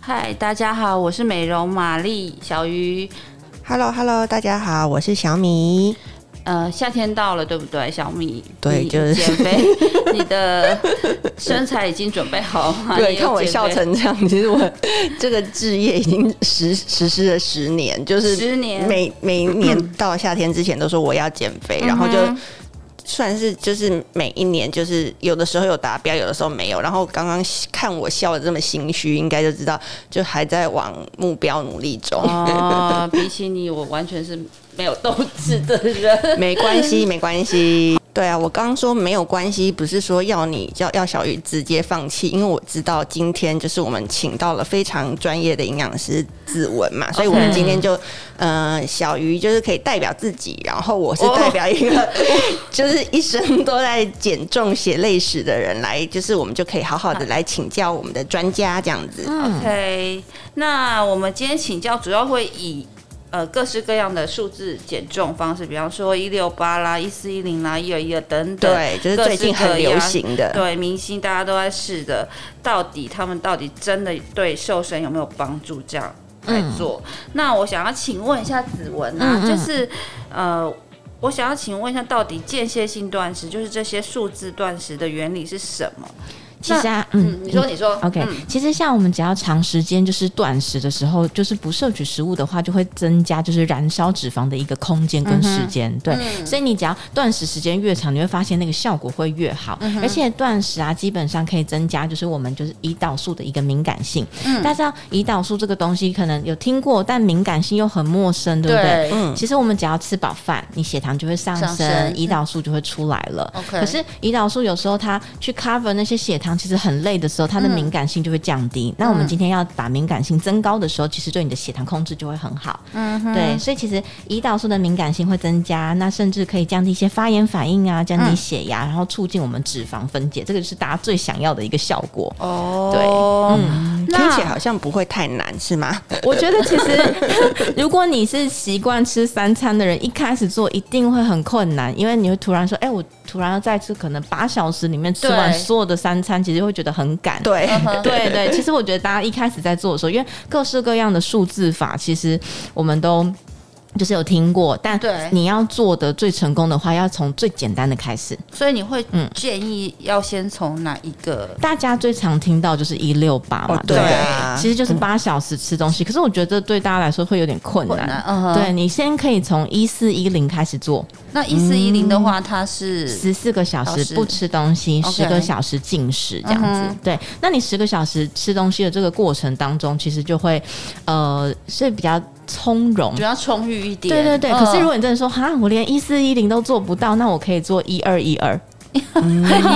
嗨，大家好，我是美容玛丽小鱼。 Hello Hello，大家好，我是小米。呃，夏天到了，对不对，小米？对你就是减 肥，你的身材已经准备好吗？对，你有看我减笑肥成这样，其实我这个置业已经实 实施了十年，就是十年每每年到夏天之前都说我要减肥，然后就嗯哼算是就是每一年就是有的时候有达标，有的时候没有。然后刚刚看我笑的这么心虚，应该就知道就还在往目标努力中。哦， 比起你，我完全是没有斗志的 人。没关系，没关系。对啊，我刚刚说没有关系，不是说要你要要小鱼直接放弃，因为我知道今天就是我们请到了非常专业的营养师子文嘛，所以我们今天就呃小鱼就是可以代表自己，然后我是哦代表一个、 就是一生都在减重血泪史的人来，就是我们就可以好好的来请教我们的专家这样子。嗯 OK，那我们今天请教主要会以呃各式各样的数字减重方式，比方说一六八啦、一四一零啦、一二一二等等，对，就是最近各很式各流样行的。对明星大家都在试的，到底他们到底真的对瘦身有没有帮助？这样来做。嗯那我想要请问一下子文啊，就是呃，我想要请问一下，到底间歇性断食就是这些数字断食的原理是什么？其实啊，嗯嗯，，你说，你说 OK，、嗯其实像我们只要长时间就是断食的时候，就是不摄取食物的话，就会增加就是燃烧脂肪的一个空间跟时嗯间。对，所以你只要断食时间越长，你会发现那个效果会越好。嗯而且断食啊，基本上可以增加就是我们就是胰岛素的一个敏感性。嗯大家知道胰岛素这个东西可能有听过，但敏感性又很陌生，对不对？对，嗯其实我们只要吃饱饭，你血糖就会上升，上升嗯胰岛素就会出来了。 OK 可是胰岛素有时候它去 cover 那些血糖，其实很累的时候，它的敏感性就会降嗯低。那我们今天要把敏感性增高的时候，其实对你的血糖控制就会很好。嗯哼，对，所以其实胰岛素的敏感性会增加，那甚至可以降低一些发炎反应啊，降嗯低血压，然后促进我们脂肪分解，这个就是大家最想要的一个效果。哦，对，嗯，听起来好像不会太难，是吗？我觉得其实， 如果你是习惯吃三餐的人，一开始做一定会很困难，因为你会突然说：“哎、我突然要再吃，可能八小时里面吃完对所有的三餐，其实会觉得很赶。”对，嗯对对，其实我觉得大家一开始在做的时候，因为各式各样的数字法，其实我们都。就是有听过，但对你要做的最成功的话，要从最简单的开始。所以你会嗯建议要先从哪一个？大家最常听到就是一六八嘛，哦对不对对啊其实就是八小时吃东西。可是我觉得对大家来说会有点困难。困难嗯哼对你先可以从一四一零开始做，那一四一零的嗯话，它是十四个小小时时不吃东西， OK 十个小时进食这样子。嗯哼对，那你十个小时吃东西的这个过程当中，其实就会呃是比较从容主。要充裕一点，对对对，嗯可是如果你真的说哈，我连一四一零都做不到，那我可以做一二一二。 一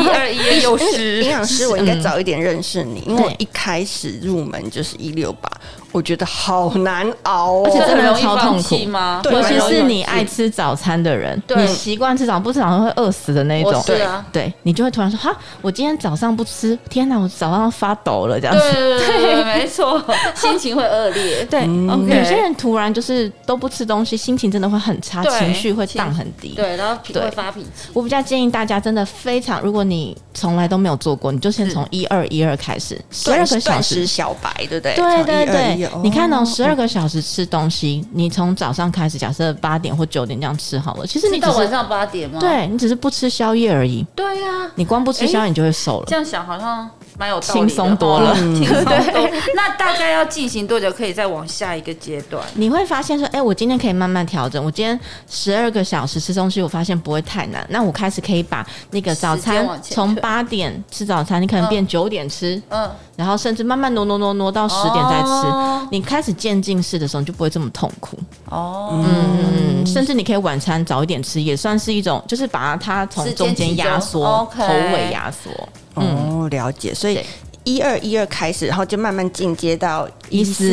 二一又是营养师，我应该嗯早一点认识你，因为我对一开始入门就是一六八，我觉得好难熬而且哦。真的超痛苦吗？对尤蛮其容易是放你弃爱吃早餐的人，对你习惯吃早，不吃早餐会饿死的那一种我。是啊对，你就会突然说哈，我今天早上不吃，天哪，我早上要发抖了这样对子。对对 对，对没错， 心情会恶劣。对， OK 有些人突然就是都不吃东西，心情真的会很差，对情绪会荡情很低。对，然后脾对会发脾气。我比较建议大家，真的非常，如果你从来都没有做过，你就先是从一二一二开始，十断二个小断食时。小白，对不对？对对从121对，你看哦，十二个小时吃东西，你从早上开始，假设八点或九点这样吃好了，其实是你只到晚是上八点吗？对你只是不吃宵夜而已，对呀，你光不吃宵夜你就会瘦了。这样想好像蛮有道理的，轻松多了嗯哦轻松多。 那大概要进行多久可以再往下一个阶段？你会发现说，哎、我今天可以慢慢调整。我今天十二个小时吃东西，我发现不会太难。那我开始可以把那个早时餐间往前从推八点吃早餐，你可能变九点吃，嗯，然后甚至慢慢挪挪挪挪到十点再吃。哦你开始渐进式的时候，你就不会这么痛苦。哦，嗯，甚至你可以晚餐早一点吃，也算是一种，就是把它从时间中间集中压缩， OK 头尾压缩。哦，了解。所以嗯对一二一二开始，然后就慢慢进阶到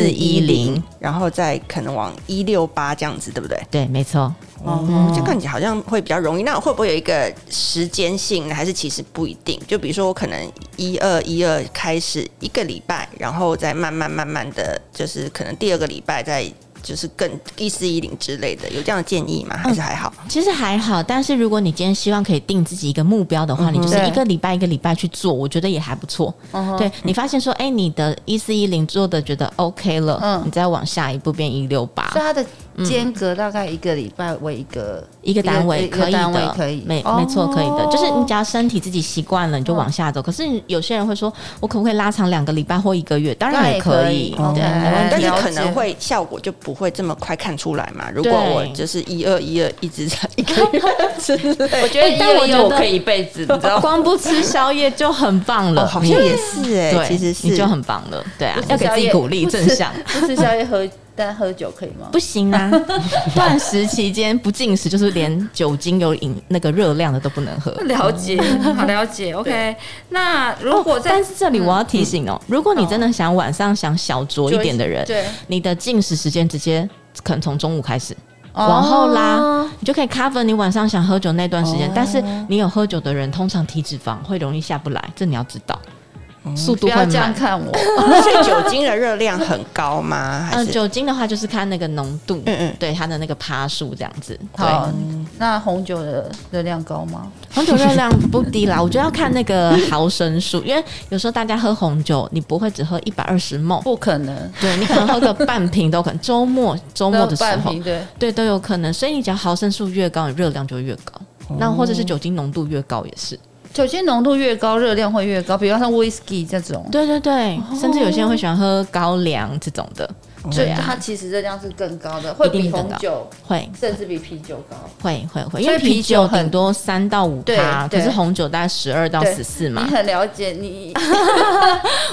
1410，然后再可能往一六八这样子，对不对？对，没错。哦，嗯就看起来好像会比较容易。那会不会有一个时间性呢？还是其实不一定？就比如说，我可能一二一二开始一个礼拜，然后再慢慢慢慢的就是可能第二个礼拜再就是更一四一零之类的，有这样的建议吗？还是还好？其实还好，但是如果你今天希望可以定自己一个目标的话，你就是对一个礼拜一个礼拜去做，我觉得也还不错。嗯对你发现说，哎、你的一四一零做的觉得 OK 了，嗯啊你再往下一步变一六八所以，它的间隔大概一个礼拜为一个嗯一个单位一个可以单位的，可以，没哦没错，可以的。就是你只要身体自己习惯了，你就往下走。可是有些人会说，我可不可以拉长两个礼拜或一个月？当当然然也也可可以以，哦对，对没问但题是了解可能会效果就不会这么快看出来嘛。如果对我就是一二一二一直在一 个哦月之类，我觉得哎但我一个觉我得可以一辈子，你知道吗？光不吃宵夜就很棒了，哦，好像也是哎、嗯对，其实是你就很棒了，对啊不，吃要给自宵己夜鼓励不吃正向。 不吃宵夜喝，但喝酒可以吗？不行 啊！断食期间不进食，就是连酒精有饮那个热量的都不能喝。了 解，好了解。OK，那如果在哦嗯但是这里我要提醒哦，如果你真的想晚上想小酌一点的人，对，你的进食时间直接可能从中午开始。往后拉，哦你就可以 cover 你晚上想喝酒那段时间。哦但是你有喝酒的人，通常体脂肪会容易下不来，这你要知道，速哦不度要会这样慢。看 我，所以酒精的热量很高吗？还呃嗯，是酒精的话就是看那个浓度，嗯嗯对它的那个趴数这样子。对，好，那红酒的热量高吗？红酒热量不低啦，我觉得要看那个 毫升数，因为有时候大家喝红酒，你不会只喝一百二十梦，不可能， 对你可能喝个半瓶都可能。周末周末的时半候瓶，对，对都有可能，所以你只要毫升数越高，你热量就越高。那或者是酒精浓度越高也是，酒精浓度越高，热量会越高，比方像 whisky 这种，对对对，甚至有些人会喜欢喝高粱这种的，所对以啊，它其实热量是更高的，会一定比更高红酒会甚至比啤酒高。会会会，因所以为啤啤酒酒很顶多三到五趴，对可对是红酒大概十二到对十四你嘛。很了解你，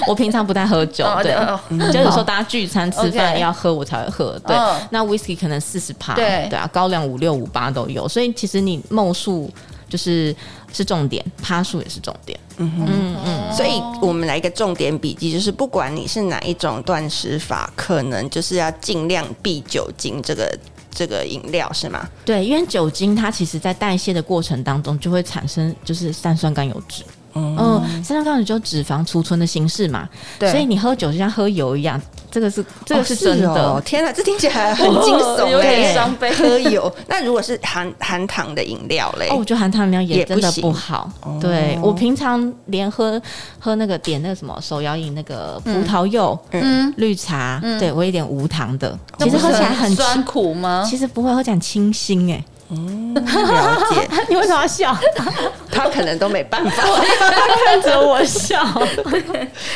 我平常不太喝 酒，哦对，嗯哦就有时候大家聚餐吃饭 OK 要喝，我才会喝。对嗯，那 whisky 可能四十趴，对对啊，高粱五六五八都有，所以其实你梦数就是是重点，趴数也是重点。嗯嗯，所以我们来一个重点笔记，就是不管你是哪一种断食法，可能就是要尽量避酒精这个这个饮料，是吗？对，因为酒精它其实在代谢的过程当中就会产生就是三酸甘油脂。嗯、三酸甘油脂就是脂肪储存的形式嘛，对所以你喝酒就像喝油一样，这个是这个哦是真的，哦天哪，这听起来很惊悚、欸，有点伤悲喝油，那如果是含含糖的饮料嘞？哦，我觉得含糖饮料也也真的不行不哦好。对我平常连喝喝那个点那个什么手摇饮那个葡萄柚、嗯，绿茶，对我一点无糖的，那其实不是喝起来很酸清，苦吗？其实不会喝起来很清新哎、了解， 你为什么要笑？他可能都没办法，看着我笑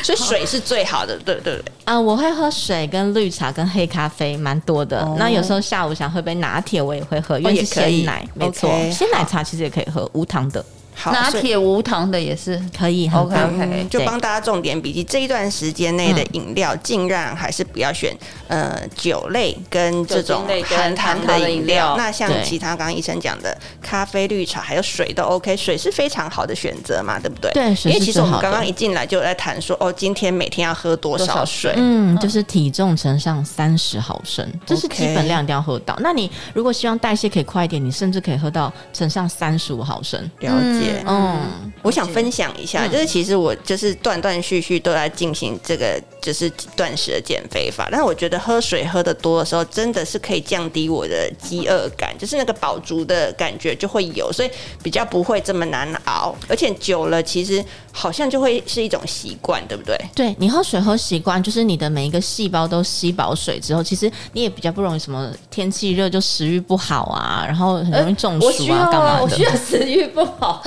所以水是最好的，对对对。 啊！我会喝水、跟绿茶、跟黑咖啡，蛮多的。那有时候下午想喝杯拿铁，哦我也会喝，因为也是可以鲜奶，没错， OK，鲜奶茶其实也可以喝，无糖的好，拿所以铁无糖的也是可以，很 OK，棒。 OK，嗯就对帮大家重点笔记，这一段时间内的饮料，尽量还是不要选呃酒类跟这种酒精类跟含糖含的糖的饮饮料料。那像对其他刚刚医生讲的咖啡、绿茶还有水都 OK，水是非常好的选择嘛，对不对？对水因为是其实最我们好的刚刚一进来就在谈说，哦，今天每天要喝多多少少水？嗯，就是体重乘上三十毫升，这是基本量一定要喝到。那你如果希望代谢可以快一点，你甚至可以喝到乘上三十五毫升。了解。嗯，我想分享一下，就是其实我就是断断续续都在进行这个就是断食的减肥法，但是我觉得喝水喝的多的时候，真的是可以降低我的饥饿感，就是那个饱足的感觉就会有，所以比较不会这么难熬，而且久了其实好像就会是一种习惯，对不对？对你喝水喝习惯，就是你的每一个细胞都吸饱水之后，其实你也比较不容易什么天气热就食欲不好啊，然后很容易中我暑需要啊，干、啊，嘛我需要 的？食欲不好。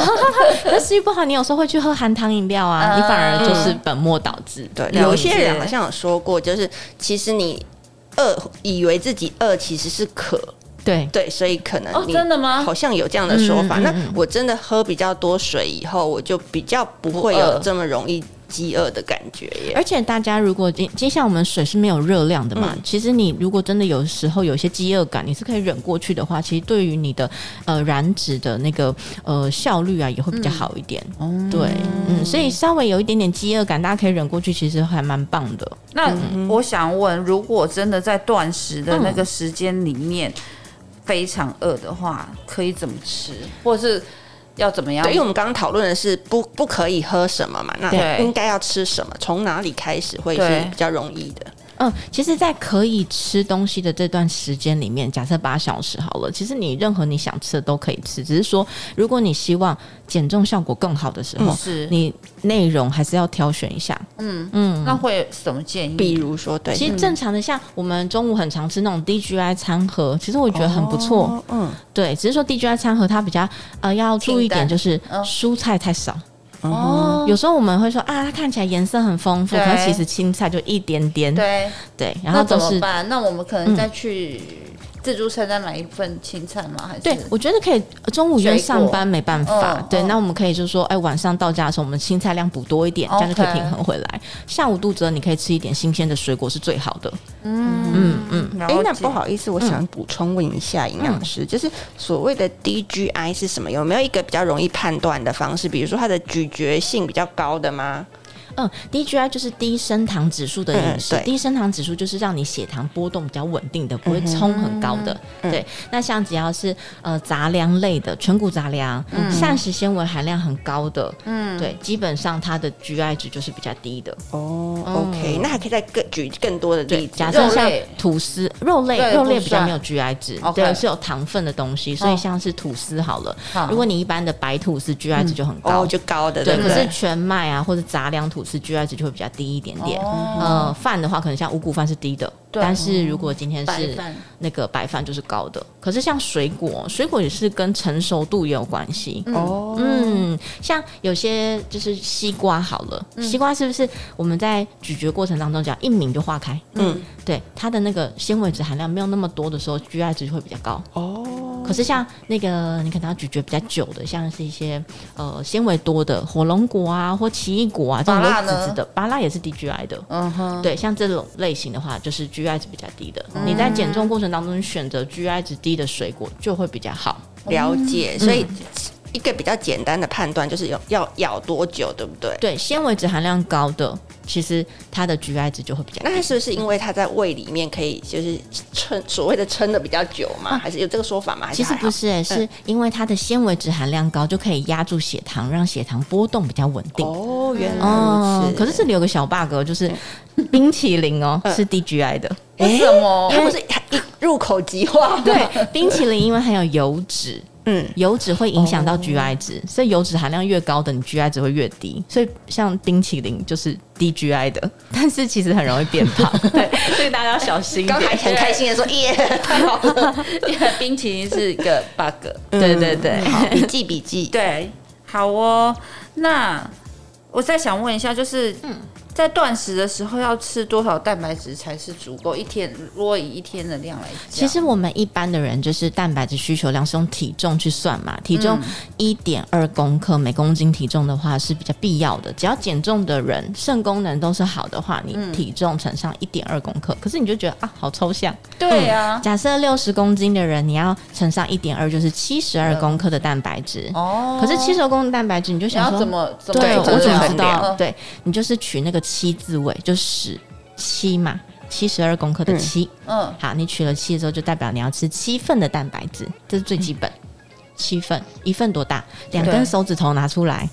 那食欲不好，你有时候会去喝含糖饮料啊，嗯你反而就是本末倒置。对，了有些解人好像有说过，就是其实你饿，以为自己饿其实是渴，对对，所以可能哦，你真的吗好？像有这样的说法。嗯嗯那嗯我真的喝比较多水以后，我就比较不会不有饿这么容易饥饿的感觉耶。而且大家如果接接下来我们水是没有热量的嘛，其实你如果真的有时候有一些饥饿感，你是可以忍过去的话，其实对于你的呃燃脂的那个呃效率啊也会比较好一点。对，嗯，所以稍微有一点点饥饿感，大家可以忍过去，其实还蛮棒的。嗯那我想问，如果真的在断食的那个时间里面非常饿的话，可以怎么吃，或者是要怎么样对，因？为我们刚刚讨论的是不不可以喝什么嘛，那对应该要吃什么，从哪里开始会是对比较容易的？嗯，其实，在可以吃东西的这段时间里面，假设八小时好了，其实你任何你想吃的都可以吃，只是说，如果你希望减重效果更好的时候，是你内容还是要挑选一下。嗯嗯，那会有什么建议？比如说，对，嗯其实正常的，像我们中午很常吃那种 DGI 餐盒，其实我觉得很不错。哦，嗯，对，只是说 DGI 餐盒它比较呃要注意一清点，淡就是嗯蔬菜太少。嗯哦，有时候我们会说啊，它看起来颜色很丰富，对可是其实青菜就一点点。对，对，然那后怎都么是。办？那我们可能再去自助餐再买一份青菜吗？还是对，我觉得可以。呃中午因为上班没办法，嗯对，嗯那我们可以就是说，哎，晚上到家的时候，我们青菜量补多一点，这样就可以 OK 平衡回来。下午肚子饿，你可以吃一点新鲜的水果是最好的。嗯嗯嗯，哎、了那解不，好意思，我想补充问一下营养师，就是所谓的 DGI 是什么？有没有一个比较容易判断的方式？比如说它的咀嚼性比较高的吗？嗯，DGI 就是低升糖指数的饮食，嗯对低升糖指数就是让你血糖波动比较稳定的，不会冲很高的。对，那像只要是呃杂粮类的，全谷杂粮，膳食纤维含量很高的，嗯，对，基本上它的 GI 值就是比较低的。哦、o k 那还可以再更举更多的嗯对，例子。假设肉像类吐司、肉类对、肉不类比较算没有 GI 值， OK 对，是有糖分的东西，所以哦像是吐司好了，好如果你一般的白吐司 GI 值就很哦高，就高的，对，不可对是？全麦啊或者杂粮吐司 GI 值就会比较低一点点。哦呃，饭的话可能像五谷饭是低的，对但是如果今天白是饭那个白饭就是高的。可是像水果，水果也是跟成熟度也有关系。哦、嗯，像有些就是西瓜好了，嗯西瓜是不是我们在咀嚼过程当中讲一抿就化开？嗯，对，它的那个纤维质含量没有那么多的时候，GI 值就会比较高。哦，可是像那个你可能要咀嚼比较久的，像是一些呃纤维多的火龙果啊或奇异果啊这种芭乐都呢紫紫的，芭拉也是 DGI 的。嗯哼，对，像这种类型的话，就是 GI 值比较低的。嗯你在减重过程当中，你选择 GI 值低的水果就会比较好。了嗯解。所以一个比较简单的判断就是有要咬多久，对不对？对，纤维质含量高的，其实它的 GI 值就会比较那它是不是因为它在胃里面可以就是撑所谓的撑的比较久嘛？还是有这个说法吗？还是啊其实还好嗯不是、欸，是因为它的纤维质含量高，就可以压住血糖，让血糖波动比较稳定。哦，原来哦如，此。嗯可是这里有个小 bug，哦就是冰淇淋哦，是 DGI 的。为什么？它不是一入口即化？对，冰淇淋因为含有油脂，嗯，油脂会影响哦到 GI 值，所以油脂含量越高的，你 GI 值会越低。所以像冰淇淋就是 DGI 的，但是其实很容易变 胖。对，所以大家要小心一刚还点。很开心的说耶，太好了，因为冰淇淋是一个 bug。对对对，嗯好，笔记笔记。对，好哦。那我再想问一下，就是在断食的时候要吃多少蛋白质才是足够？一天如果以一天的量来讲，其实我们一般的人就是蛋白质需求量是用体重去算嘛，体重嗯一点二公克每公斤体重的话是比较必要的。只要减重的人肾功能都是好的话，嗯你体重乘上一点二公克，可是你就觉得啊，好抽象。对啊，假设六十公斤的人，你要乘上一点二，就是七十二公克的蛋白质。哦，可是七十二公克的蛋白质，你就你想要说怎么怎么对，对怎我么怎么衡知道？量对你就是取那个七字位，就十七嘛，七十二公克的七。嗯，好，你取了七之后，就代表你要吃七份的蛋白质，这是最基本。七份，一份多大？两对根手指头拿出来，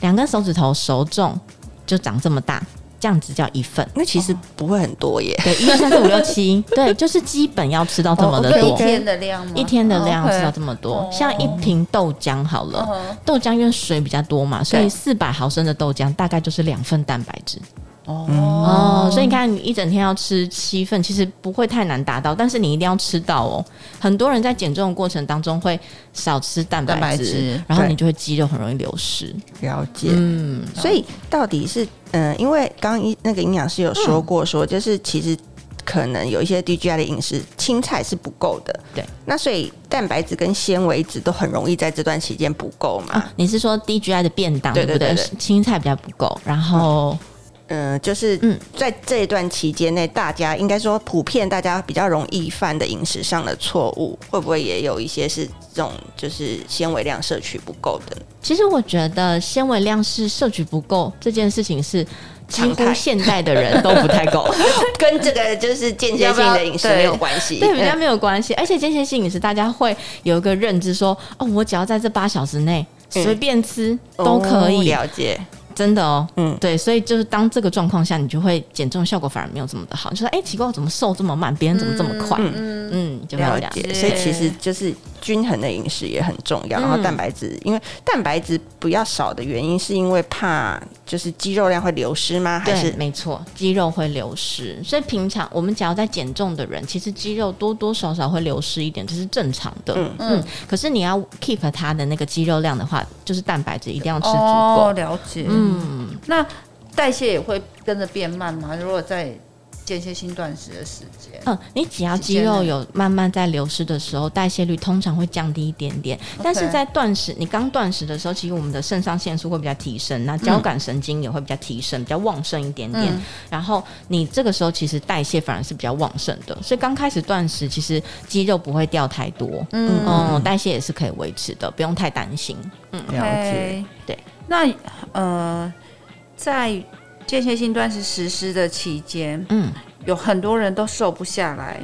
两根手指头手重就长这么大，这样子叫一份。那其实不会很多耶，对，一二三四五六七， 对，就是基本要吃到这么的哦多。一天的量吗？一天的量要吃到这么么多哦像一瓶豆浆好了哼豆浆因为水比较多嘛，所以对四百毫升的豆浆大概就是两份蛋白质。哦，哦，所以你看，你一整天要吃七份，其实不会太难达到，但是你一定要吃到哦。很多人在减重的过程当中会少吃蛋蛋白白质质，然后对你就会肌肉很容易流失。了解。嗯，所以到底是嗯、呃因为刚一那个营养师有说过嗯说就是其实可能有一些 DGI 的饮食，青菜是不够的。对，那所以蛋白质跟纤维质都很容易在这段期间不够嘛。啊，你是说 DGI 的便当对不对对对对？青菜比较不够，然后嗯、就是嗯在这一段期间内，大家应该说普遍大家比较容易犯的饮食上的错误，会不会也有一些是这种就是纤维量摄取不够的？其实我觉得纤维量是摄取不够这件事情是。几常态乎现代的人都不太够，跟这个就是间接性的饮食没有关系。对，比较嗯没有关系。而且间歇性饮食，大家会有一个认知说，哦，我只要在这八小时内嗯随便吃都可哦以。了解。真的哦，嗯对，所以就是当这个状况下，你就会减重效果反而没有这么的好。你就说，哎、奇怪，我怎么瘦这么慢，别人怎么这么快？嗯就会了这样。解，解所以其实就是均衡的饮食也很重要。然后蛋白质，因为蛋白质不要少的原因，是因为怕就是肌肉量会流失吗？还对，是没错，肌肉会流失，所以平常我们只要在减重的人，其实肌肉多多少少会流失一点，这是正常的。嗯嗯。可是你要 keep 它的那个肌肉量的话，就是蛋白质一定要吃足够。哦，了解。嗯，那代谢也会跟着变慢吗？如果在间歇性断食的时间，嗯，你只要时肌间肉呢有慢慢在流失的时候，代谢率通常会降低一点点。但是在断食，你刚断食的时候，其实我们的肾上腺素会比较提升，那交感神经也会比较提升，比较旺盛一点点。然后你这个时候其实代谢反而是比较旺盛的，所以刚开始断食，其实肌肉不会掉太多，嗯代谢也是可以维持的，不用太担心。了解？ OK 对。那呃，在间歇性断食实施的期间，嗯，有很多人都瘦不下来，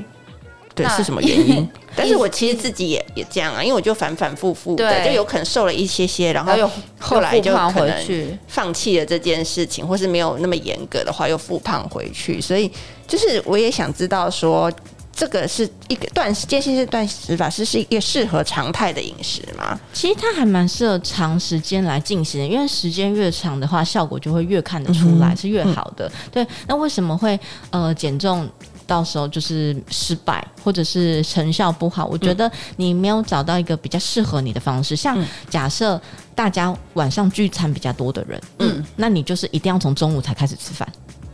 对那是什么原因？但是我其实自己也也这样啊，因为我就反反复复的，对嗯就有可能瘦了一些些，然后然后又哦后来就又复胖可能回去，放弃了这件事情，或是没有那么严格的话，又复胖回去。所以，就是我也想知道说，这个是一个断食，间歇性断食法是是一个适合常态的饮食吗？其实它还蛮适合长时间来进行的，因为时间越长的话，效果就会越看得出来，是越好的。对，那为什么会呃减重？到时候就是失败，或者是成效不好。我觉得你没有找到一个比较适合你的方式。像假设大家晚上聚餐比较多的人，嗯，那你就是一定要从中午才开始吃饭。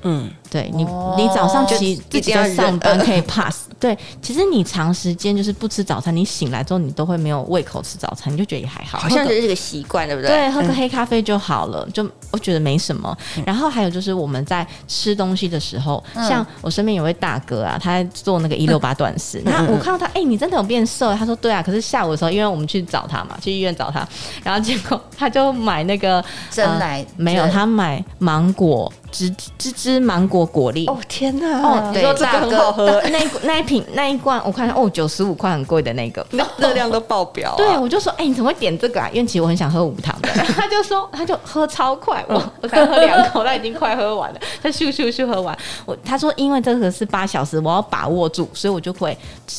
嗯，对你，哦你早上就其实自己在上班可以 pass。对，其实你长时间就是不吃早餐，你醒来之后你都会没有胃口吃早餐，你就觉得也还好，好像喝就个是这个习惯，对不对？对，喝个黑咖啡就好了，就我觉得没什么。然后还有就是我们在吃东西的时候，像我身边有位大哥啊，他在做那个一六八断食，那我看到他，哎、你真的有变瘦？他说对啊，可是下午的时候，因为我们去找他嘛，去医院找他，然后结果他就买那个真呃来没有，他买芒果汁汁汁芒果果粒。哦天哪！哦，对你说这个大很哥好喝， 那一那一瓶那一罐，我看哦，九十五块很贵的那个，那热量都爆表、啊。 对，我就说，哎、你怎么会点这个啊？因为其实我很想喝无糖 的。他就说，他就喝超快，我我才喝两口，他已经快喝完了，他咻咻咻喝完。我他说，因为这个是八小时，我要把握住，所以我就会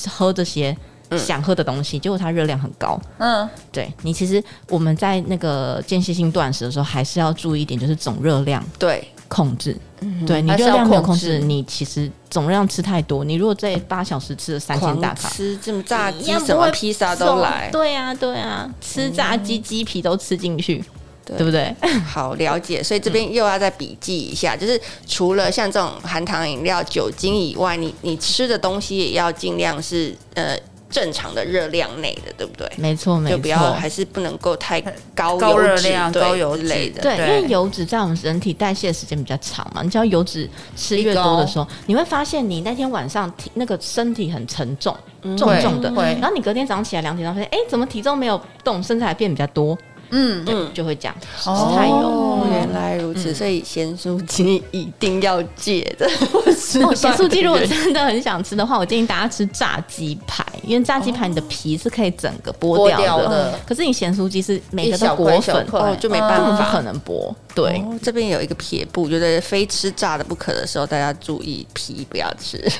喝这些想喝的东西。结果它热量很高。嗯，对你，其实我们在那个间歇性断食的时候，还是要注意一点，就是总热量对，控制。嗯对你还是热要量没有控控制制，你其实总热量吃太多，你如果这八小时吃了三千大狂卡，吃这么炸一鸡样、什不么会披萨瘦都来。嗯对啊，对啊，吃炸鸡、鸡皮都吃进去，对对 不对？好了解，所以这边又要再笔记一下，就是除了像这种含糖饮料、酒精以外，你你吃的东西也要尽量是呃正常的热量内的，对不对？没错，没就错。不要还是不能够太高高油热脂量对高油之脂类的。对，因对为油脂在我们人体代谢的时间比较长嘛，你只要油脂吃越多的时候，你会发现你那天晚上体那个身体很沉重，嗯重重的，会会然后你隔天早上起来两点钟发现，哎，怎么体重没有动，身材还变比较多，嗯，嗯，就会这样，哦吃太油。原来如嗯此，所以咸酥鸡一定要戒 的。我吃哦，咸酥鸡如果饭的人真的很想吃的话，我建议大家吃炸鸡排，因为炸鸡排你的皮是可以整个剥剥掉的，掉的可是你咸酥鸡是每一个都小裹块小粉，块嗯哦就没办根本不法可能剥。对、哦这边有一个撇步，就是非吃炸的不可的时候，大家注意皮不要吃。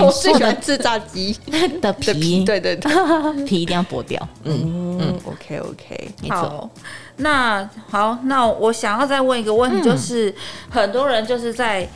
我最做喜的欢吃炸鸡的的皮，哎皮对对对。皮一定要剥掉，嗯，嗯，OK OK，没错。好，那好，那我想要再问一个问题，嗯就是、很多人就是在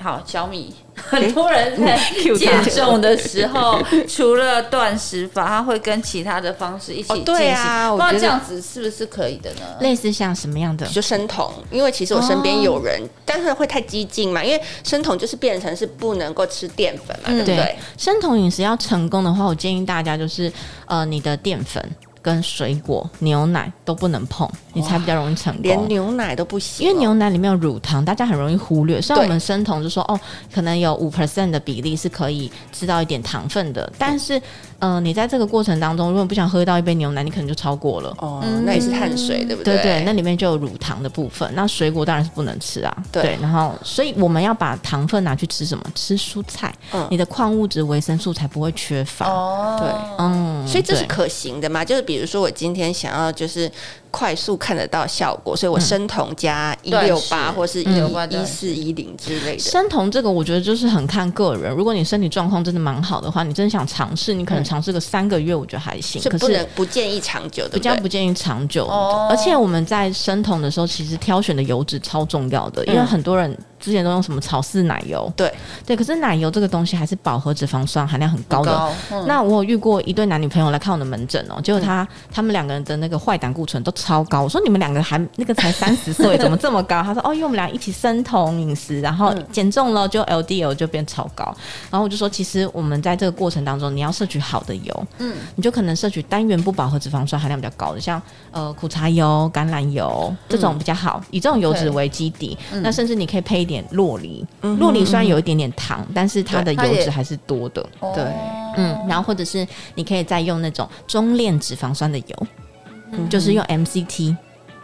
好小米，很多人在 Q 他减重的时候，除了断食法，他会跟其他的方式一起哦进行。对啊我那觉得这样子是不是可以的呢？类似像什么样的？就生酮，因为其实我身边有人，哦但是会太激进嘛，因为生酮就是变成是不能够吃淀粉嘛，对不对？生酮饮食要成功的话，我建议大家就是呃，你的淀粉跟水果、牛奶都不能碰，你才比较容易成功连。牛奶都不行哦，因为牛奶里面有乳糖，大家很容易忽略。虽然对我们生酮就说哦，可能有五 percent 的比例是可以吃到一点糖分的，但是呃，你在这个过程当中，如果不想喝到一杯牛奶，你可能就超过了。哦，那也是碳水，对不嗯对对，对那里面就有乳糖的部分。那水果当然是不能吃啊。对然后所以我们要把糖分拿去吃什么？吃蔬菜，嗯你的矿物质、维生素才不会缺乏。哦，对嗯，所以这是对可行的嘛？就是比如说我今天想要就是快速看得到效果，所以我生酮加一六八或是嗯一四一零之类的。生酮这个，我觉得就是很看个人。如果你身体状况真的蛮好的话，你真的想尝试，你可能尝试个三个月，我觉得还行。是可不能是不建议长久，对比不较对？不建议长久的哦而且我们在生酮的时候，其实挑选的油脂超重要的，因为嗯很多人之前都用什么草饲奶油，对对，可是奶油这个东西还是饱和脂肪酸含量很高的。高，嗯那我有遇过一对男女朋友来看我的门诊哦、结果他、他们两个人的那个坏胆固醇都超高。我说你们两个还那个才三十 岁，怎么这么高？他说哦，因为我们俩一起生酮饮食，然嗯后减重了就 LDL 就变超高。然后我就说，其实我们在这个过程当中，你要摄取好的油，嗯，你就可能摄取单元不饱和脂肪酸含量比较高的，像呃苦茶油、橄榄油这种比较好，以这种油脂对为基底。那甚至你可以配一点洛梨，嗯洛梨虽然有一点点糖，但是它的对它油也脂还是多的。对哦嗯，然后或者是你可以再用那种中链脂肪酸的油，就是用 MCT。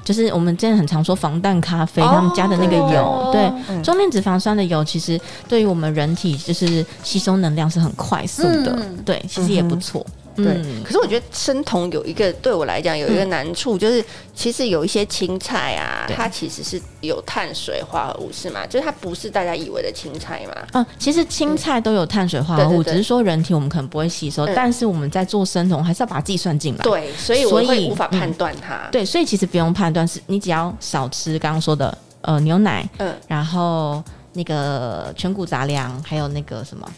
就是我们之前很常说防弹咖啡，哦他们加的那个油，对对，中链脂肪酸的油，其实对于我们人体就是吸收能量是很快速的，嗯对，其实也不错，对嗯，可是我觉得生酮有一个对我来讲有一个难处，就是其实有一些青菜啊，对它其实是有碳水化合物是吗？就是它不是大家以为的青菜嘛。嗯，其实青菜都有碳水化合对物，对对只是说人体我们可能不会吸收，嗯但是我们在做生酮还是要把它计算进来，对，所以所我以会无法嗯判断它。对，所以其实不用判断，是你只要少吃刚刚说的呃牛奶，嗯然后那个全谷杂粮，还有那个什么，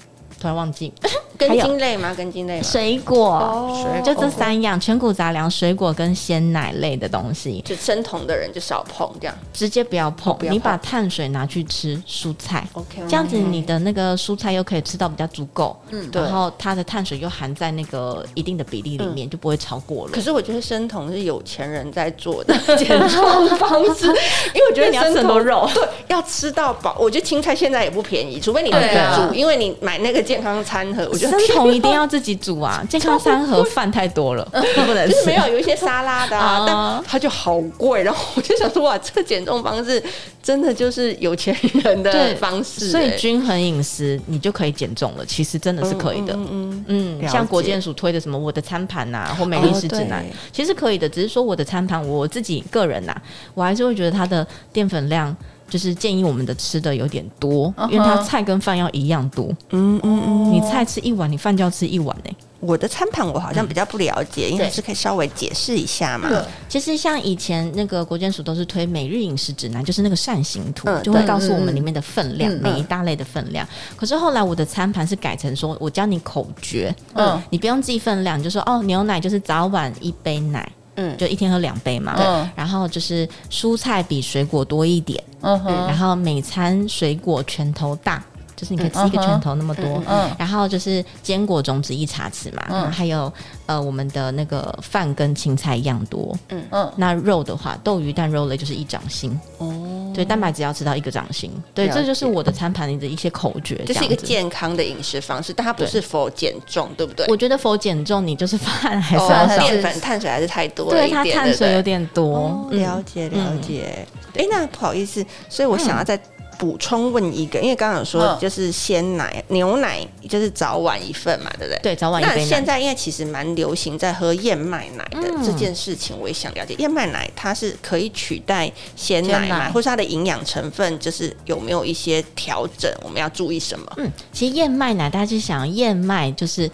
突然 忘记还根有茎类吗？根茎类吗？哦水果。水就这果三样，全谷杂粮、水果跟鲜奶类的东西，就生酮的人就少碰这样。直接不要碰。不要碰你把碳水拿去吃蔬菜， OK，这样子你的那个蔬菜又可以吃到比较足够，嗯对然后它的碳水又含在那个一定的比例里面，就不会超过了嗯可。是我觉得生酮是有钱人在做 的减重 方式，因为我觉得你要吃生很多酮肉，要吃到饱。我觉得青菜现在也不便宜，除非你自己对啊煮，因为你买那个健康餐盒，我觉生得 酮一定要自己煮啊，健康餐盒饭太多了，你不能就是吃没。有有一些沙拉的啊哦，但它就好贵。然后我就想说，哇，这个减重方式真的就是有钱人对的方式、所以欸均衡饮食你就可以减重了，其实真的是可以的。嗯嗯嗯，了解像国健署推的什么我的餐盘呐、或美丽式指南，哦对其实可以的。只是说我的餐盘，我自己个人呐、啊我还是会觉得它的淀粉量。就是建议我们的吃的有点多嗯哼因为它菜跟饭要一样多。嗯嗯嗯。你菜吃一碗，你饭就要吃一碗欸呢、我的餐盘我好像比较不了解，因对为是可以稍微解释一下嘛。其实像以前那个国健署都是推每日饮食指南，就是那个扇形图，嗯就会对告诉我嗯嗯们里面的分量，嗯每一大类的分量。可是后来我的餐盘是改成说，我教你口诀，嗯嗯，你不用记分量，你就说哦，牛奶就是早晚一杯奶，嗯，就一天喝两杯嘛，嗯然后就是蔬菜比水果多一点，嗯哼，然后每餐水果拳头大，就是你可以吃一个嗯嗯哼拳头那么多。嗯然后就是坚果种子一茶匙嘛，嗯然后还有呃我们的那个饭跟青菜一样多。嗯，那肉的话，豆鱼蛋肉类就是一掌心。哦，对，蛋白质要吃到一个掌心。嗯对，了解这就是我的餐盘里的一些口诀，这这是一个样子。健康的饮食方式，但它不对是否减重，对不对？我觉得否减重，你就是饭还是哦要还是少，淀粉碳水还是太多了对一它点，碳水有点多哦。，嗯了解嗯了解。哎、那不好意思，所以我想要再补充问一个，因为刚刚有说嗯就是鲜奶、牛奶就是早晚一份嘛，对不对？对，早晚一那杯现奶。在因为其实蛮流行在喝燕麦奶的嗯这件事情，我也想了解燕麦奶它是可以取代鲜奶鲜奶吗？或是它的营养成分就是有没有一些调整？我们要注意什么？嗯，其实燕麦奶，大家就想燕麦就是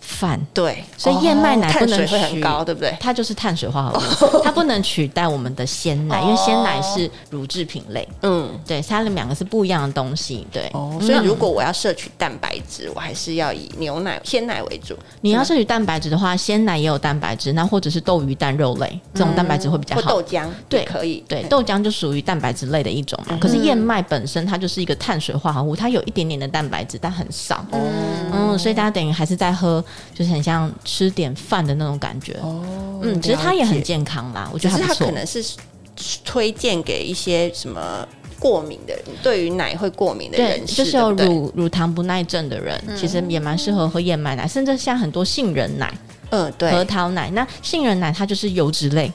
饭，对，所以燕麦奶不哦碳能水会取很高，哦对不对？它就是碳水化合物，它不能取代我们的鲜奶，因为鲜奶是乳制品 类，嗯，对，它们两个是不一样的东西，对。哦，嗯所以如果我要摄取蛋白质，我还是要以牛奶、鲜奶为主，你要摄取蛋白质的话，鲜奶也有蛋白质，那或者是豆鱼蛋肉类这种蛋白质会比较嗯或好。豆浆，对也可以，对，豆浆就属于蛋白质类的一种嗯嘛。可是燕麦本身它就是一个碳水化合物，它有一点点的蛋白质，但很少。嗯，所以大家等于还是在喝，就是很像吃点饭的那种感觉。哦嗯，其实它也很了解，健康啦，我觉只是得还它不错可。能是推荐给一些什么过敏的人，对于奶会过敏的对，人士，就是有对嗯不对乳乳糖不耐症的人，其实也蛮适合喝燕麦奶，甚至像很多杏仁奶、嗯，对，核桃奶。那杏仁奶它就是油脂类，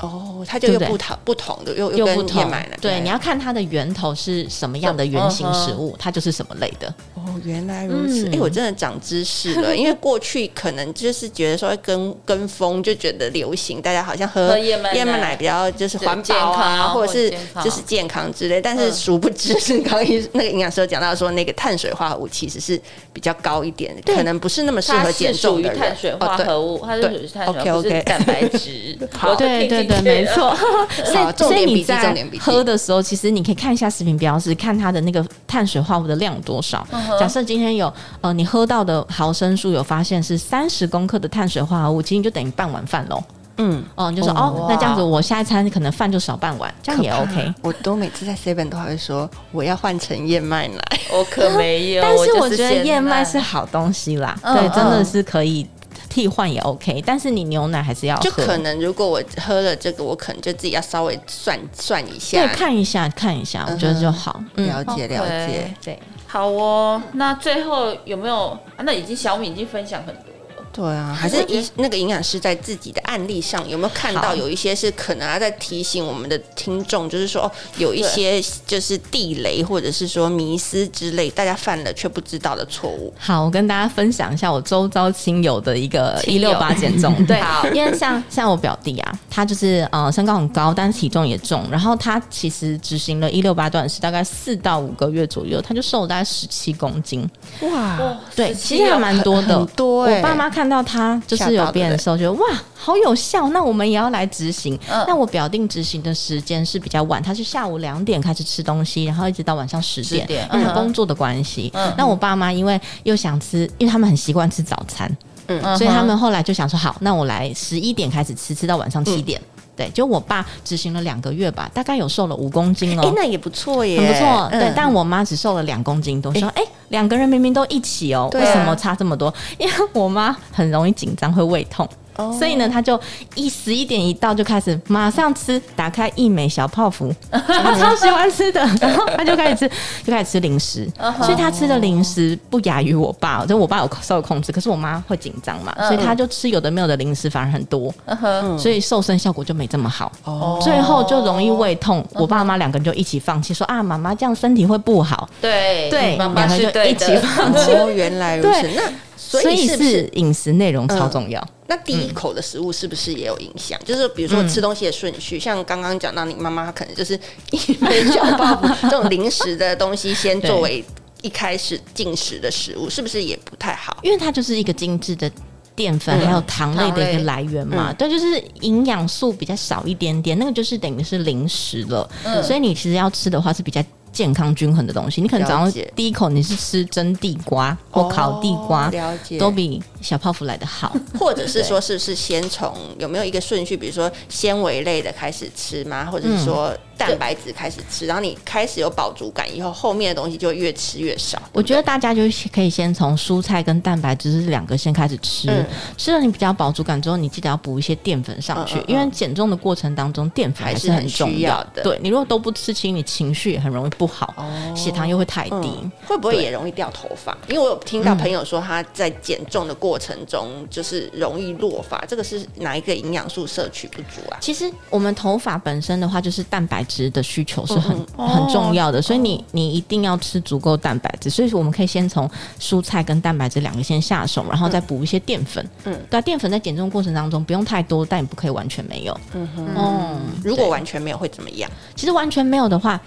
哦，它就又对不对不同不同的，又又不跟同燕麦奶。对，你要看它的源头是什么样的原型食嗯物，它就是什么类的。哦，原来如此！哎、嗯我真的长知识 了，因为过去可能就是觉得说跟 跟风，就觉得流行，大家好像喝喝燕麦奶奶比较就是环健保啊，康或者或是健康就是健康之类。但是嗯殊不知，刚刚医那个营养师有讲到说，那个碳水化合物其实是比较高一点，可能不是那么适合它减是属重于的人。碳水化哦对合物，它是属于碳水化合物，不 OK，OK 是蛋白质。好我就对听对进对，去没了 错。所好以，重所以点笔你记，重在点笔记。喝的时候，其实你可以看一下食品标示，看它的那个碳水化合物的量有多少。嗯假设今天有呃，你喝到的毫升数有发现是三十公克的碳水化合物，其实你就等于半碗饭喽。嗯，哦，你就说哦哇那这样子我下一餐可能饭就少半碗，这样也可怕 OK。我都每次在 Seven 都还会说我要换成燕麦奶。我哦可没有。但是就我觉得鲜燕麦奶是好东西啦，嗯对，嗯真的是可以替换也 OK，但是你牛奶还是要喝，就可能如果我喝了这个，我可能就自己要稍微算算一下。对看一下看一下，我觉得就好。了嗯，解 OK 了解，对，好哦。那最后有没有？啊、那已经小米已经分享很多了。对啊，还是医那个营养师在自己的案例上有没有看到好有一些是可能啊要在提醒我们的听众，就是说哦，有一些就是地雷或者是说迷思之类，大家犯了却不知道的错误。好，我跟大家分享一下我周遭亲友的一个一亲友六八减重，对 好，因为像像我表弟啊，他就是呃身高很高，但是体重也重，然后他其实执行了一六八断食，大概四到五个月左右，他就瘦了大概十七公斤，哇，哇，17对，其实还哦蛮多的很，多欸我爸妈看到他就是有变瘦，觉得哇，好有效，那我们也要来执行。嗯那我表定执行的时间是比较晚，他是下午两点开始吃东西，然后一直到晚上十点， 10点因为嗯工作的关系。嗯那我爸妈因为又想吃，因为他们很习惯吃早餐，嗯所以他哼们后来就想说，好，那我来十一点开始吃，吃到晚上七点。嗯对，就我爸执行了两个月吧，大概有瘦了五公斤哦。哎、那也不错耶，很不错，嗯对。但我妈只瘦了两公斤多，说哎，两、个人明明都一起哦，对啊为什么差这么多？因为我妈很容易紧张，会胃痛。哦所以呢，她就一十一点一到就开始马上吃，打开一美小 泡芙，她超喜欢吃的，然后她就开始吃，就开始吃零食。嗯所以她吃的零食不亚于我爸，就我爸有稍微控制，可是我妈会紧张嘛，所以她就吃有的没有的零食反而很多，嗯哼所以瘦身效果就没这么好。哦最后就容易胃痛，嗯我爸妈两个人就一起放弃，说啊，妈妈这样身体会不好。对对妈妈两个是就对一的起 放哦，原来如此。对那所所以以是不是饮食内容超重要。那第一口的食物是不是也有影响？就是嗯比如说吃东西的顺序，像刚刚讲到你妈妈，她可能就是一杯小泡芙这种零食的东西先作为一开始进食的食物，是不是也不太好？因为它就是一个精致的淀粉、嗯还有糖类的糖一类个来源嘛，对，就是营养素比较少一点点，那个就是等于是零食了。嗯所以你其实要吃的话是比较。健康均衡的东西，你可能早了上解第一口你是吃蒸地瓜或烤地瓜，哦了解都比小泡芙来的好。或者是说，是不是先从有没有一个顺序，比如说纤维类的开始吃吗？或者是说蛋白质开始吃，然后你开始有饱足感以后，后面的东西就越吃越少。我觉得大家就是可以先从蔬菜跟蛋白质这两个先开始吃，嗯吃了你比较饱足感之后，你记得要补一些淀粉上嗯去，嗯嗯因为减重的过程当中淀粉还是是很很重需要的哦对你如果都不吃，其实你情绪也很容易不好，血糖又会太低。嗯会不会也容易掉头发？因为我有听到朋友说他在减重的过程中就是容易落发，这个是哪一个营养素摄取不足啊？其实我们头发本身的话，就是蛋白质的需求是很、嗯很重要的，所以你你一定要吃足够蛋白质。所以我们可以先从蔬菜跟蛋白质两个先下手，然后再补一些淀粉。嗯嗯，对、啊，淀粉在减重过程当中不用太多，但也不可以完全没有。嗯哼，如果完全没有会怎么样？其实完全没有的话。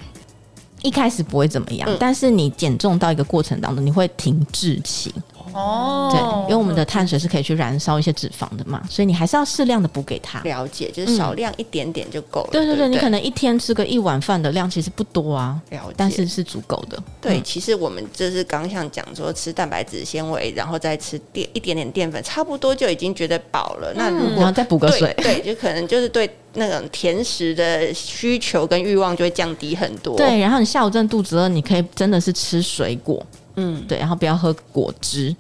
一开始不会怎么样，嗯但是你减重到一个过程当中，你会停滞期，哦， 对，因为我们的碳水是可以去燃烧一些脂肪的嘛，所以你还是要适量的补给它。了解，就是少量一点点就够了。对对对对，你可能能一天吃个一碗饭的量其实不多啊，了解，但是是足够的。对，其实我们就是刚想讲说吃蛋白质、纤维，然后再吃淀一点点淀粉，差不多就已经觉得饱了。那如嗯，然果后再补个对水。对，就可能就是对那种甜食的需求跟欲望就会降低很多。对，然后你下午真的肚子饿，你可以真的是吃水果，嗯，对，然后不要喝果汁，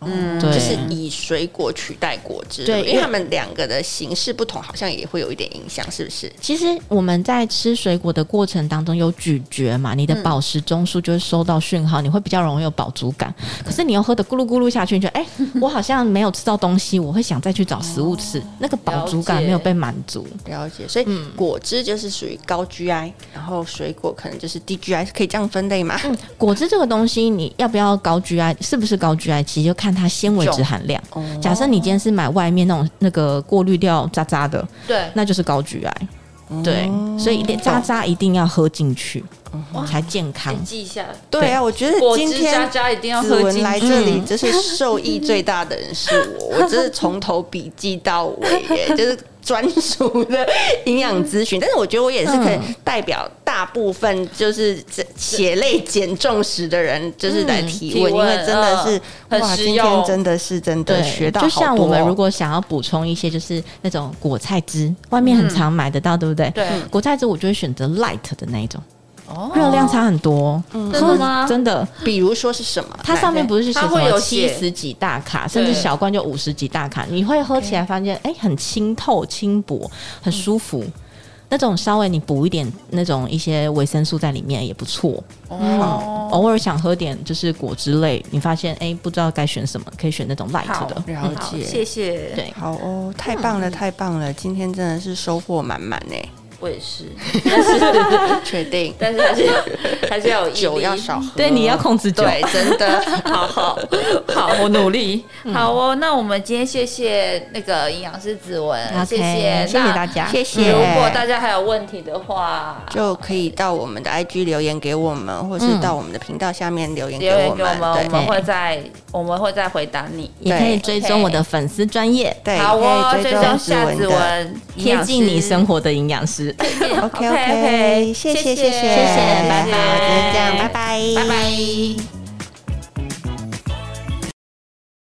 嗯，就对，是以水果取代果汁，对因因为为它们两个的形式不同，好像也会有一点影响，是不是？其实我们在吃水果的过程当中有咀嚼嘛，你的饱食中枢就会收到讯号，你会比较容易有饱足感。可是你又喝的咕噜咕噜下去，你觉得哎、我好像没有吃到东西，我会想再去找食物吃，那个饱足感没有被满足。了解，所以嗯果汁就是属于高 GI，然后水果可能就是低 GI，可以这样分类吗？果汁这个东西，你要不要高 GI，是不是高 GI，其实就看它纤维质含量。哦假设你今天是买外面那种那个过滤掉渣渣的，对，那就是高 GI。对，哦所以渣渣一定要喝进去哇才健康你。记一下，对啊，我觉得果今汁渣天渣一定要子喝文进来去。这嗯里，就是受益最大的人是我，我真是从头笔记到尾 耶，就是专属的营养咨询。但是我觉得我也是可以嗯代表大部分就是这血泪减重时的人，就是来提嗯提问，因问为真的是嗯哇，很实今用天真的是真的学到就好像多我们哦如果想要补充一些，就是那种果菜汁，外面很常买得到，对不对？嗯对果菜汁我就会选择 light 的那一种，哦嗯热量差很多。真的吗？真的，比如说是什么？它上面不是写什它会么有七写十几大卡，甚至小罐就五十几大卡，你会喝起来发现，哎、很清透、轻薄，很舒服。那种稍微你补一点那种一些维生素在里面也不错，哦，偶尔想喝点就是果汁类，你发现哎、不知道该选什么，可以选那种 light 的 好。了好，解谢谢。对好哦，太棒嗯了，太棒了！今天真的是收获满满 呢，我也是，确定但是还是要还是 要有毅力酒要少喝，对，你要控制酒。对，真的好好好，我努力。嗯好哦，那我们今天谢谢那个营养师子文 OK，谢谢，谢谢那大家谢谢。如果大家还有问题的话，就可以到我们的 IG 留言给我们，或是到我们的频道下面留言嗯给留言我给我们。们，我对们会在我们会再回答你。也可以追踪我的粉丝专业，对，好哦，可以追追踪踪夏子子文的。文，贴近你生活。活的营养师。 OK OK，OK， OK，谢谢谢谢谢拜好，就是这样，拜拜拜，拜拜。